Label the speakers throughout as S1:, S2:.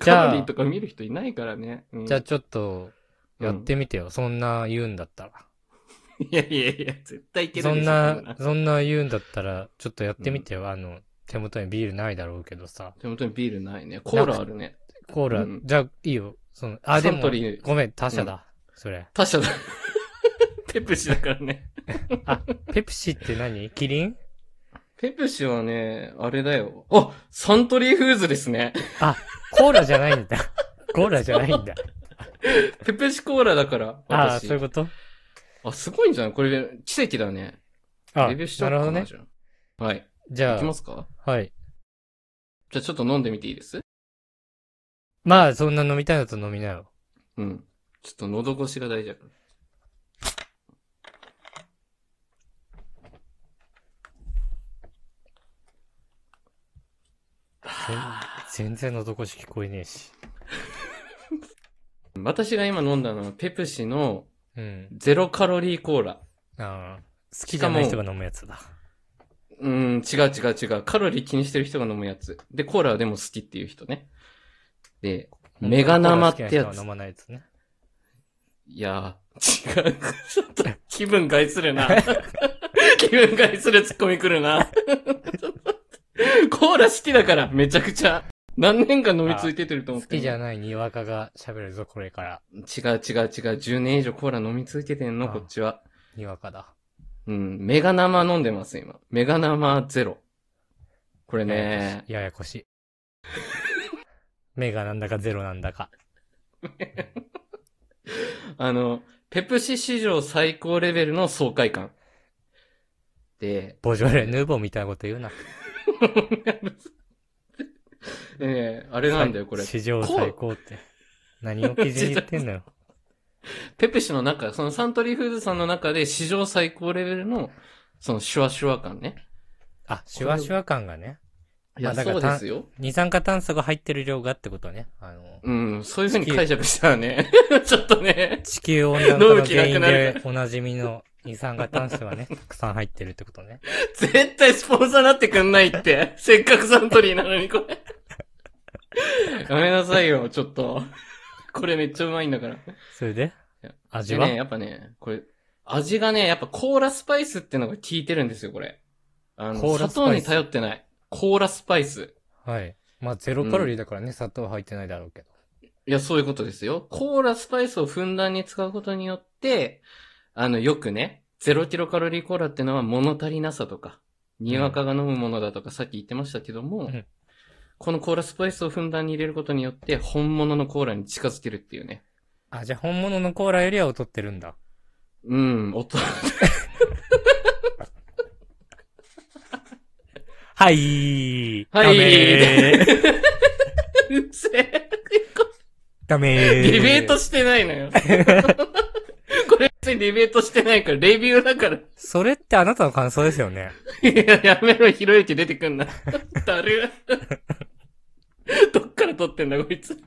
S1: じゃあ
S2: カロリーとか見る人いないからね。うん
S1: じゃあちょっと、やってみてよ。そんな言うんだったら。
S2: いやいやいや、絶対いける
S1: そ
S2: でしょ
S1: ん
S2: こ
S1: な、そんな言うんだったら、ちょっとやってみてよ。あの、手元にビールないだろうけどさ。
S2: 手元にビールないね。コーラあるね。
S1: コーラ、
S2: うん
S1: じゃあいいよ。その、あ、で
S2: サン
S1: も
S2: ト、リー
S1: ごめん、他社だ。それ。
S2: 他社だ。 ペプシだからね。
S1: あ、ペプシって何キリン
S2: ペプシはね、あれだよ。あサントリーフーズです ね。
S1: コーラじゃないん だ。コーラじゃないんだ。
S2: ペプシコーラだから、
S1: ああ、
S2: 私。
S1: そういうこと
S2: あ、すごいんじゃないこれ、奇跡だね。
S1: あ
S2: レビューしちゃお
S1: な
S2: う
S1: るほ
S2: かな
S1: どね。
S2: じゃあはい。
S1: じ
S2: い
S1: ゃ
S2: きますか
S1: あ、はい。
S2: じゃあちょっと飲んでみていいです
S1: まあ、そんな飲みたいのと飲みなよ。
S2: うん。ちょっと喉越しが大事だから。
S1: 全然のどこし聞こえねえし。
S2: 私が今飲んだのは、ペプシの
S1: うん。
S2: ゼロカロリーコーラ。
S1: ああ、好きじゃない人が飲むやつだ。
S2: うん、違う違う違う。カロリー気にしてる人が飲むやつ。で、コーラはでも好きっていう人ね。で、メガ生って
S1: コーラ好きな
S2: や
S1: 人
S2: つ
S1: は飲。まないやつね。
S2: いやー、違う。ちょっと気分害するな。 気分害するツッコミ来るな。コーラ好きだから、めちゃくちゃ。何年間飲み続いててると思
S1: 好
S2: って。
S1: きじゃ
S2: ん。
S1: ないにわかが喋るぞ、これから。
S2: 違う違う違う。10年以上コーラ飲み続けてんの、
S1: あ
S2: こっちは。
S1: にわかだ。
S2: うん。メガ生飲んでます、今。メガ生ゼロ。これね。
S1: ややこしい。目がなんだかゼロなんだか。
S2: あの、ペプシ史上最高レベルの爽快感。で、
S1: ボジョレ・ヌーボーみたいなこと言うな。
S2: でね、あれなんだよ、これ。
S1: 史上最高って。何を基準に言ってん のよ。
S2: ペプシの中、そのサントリーフーズさんの中で史上最高レベルの、そのシュワシュワ感ね。
S1: あ、シュワシュワ感がね。
S2: いや、
S1: まあだか
S2: そ
S1: ら
S2: うですよ。
S1: 二酸化炭素が入ってる量がってことね。あ の、
S2: うん、そういう風に解釈したらね、 ちょっとね、
S1: 地球温暖化の原
S2: 飲む気なく
S1: 因
S2: なる
S1: でおなじみの二酸化炭素がね、 たくさん入ってるってことね。
S2: 絶対スポンサーなってくんないって。せっかくサントリーなのに、これ。やめなさいよ、ちょっと。これめっちゃうまいんだから。
S1: それで
S2: や
S1: 味
S2: で
S1: は、
S2: ね、やっぱね、これ、味がね、やっぱコーラスパイスってのが効いてるんですよ、これ。あ
S1: コ
S2: の、
S1: ーラ
S2: 砂
S1: スパイス
S2: 糖に頼ってない。コーラスパイス。
S1: はい。まあ、ゼロカロリーだからね、砂糖入ってないだろうけど。
S2: いや、そういうことですよ。コーラスパイスをふんだんに使うことによって、あの、よくね、ゼロキロカロリーコーラってのは物足りなさとか、にわかが飲むものだとかさっき言ってましたけども、
S1: うん
S2: このコーラスパイスをふんだんに入れることによって、本物のコーラに近づけるっていうね。
S1: あ、じゃあ本物のコーラよりは劣ってるんだ。
S2: うん、音。
S1: はい
S2: はい
S1: ダメー。
S2: うっせえ。
S1: ダメー。
S2: ディベートしてないのよ。 これ別にディベートしてないから、レビューだから。
S1: それってあなたの感想ですよね。
S2: いや、やめろ、ひろゆき出てくんな。 だる。 どっから撮ってんだ、こいつ。ち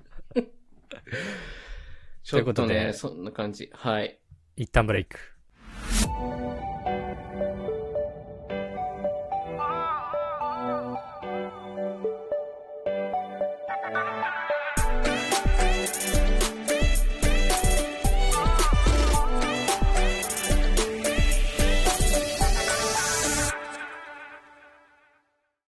S1: という
S2: ょ
S1: こ
S2: っ
S1: と
S2: と
S1: で
S2: ね、そんな感じ。はい。
S1: 一旦ブレイク。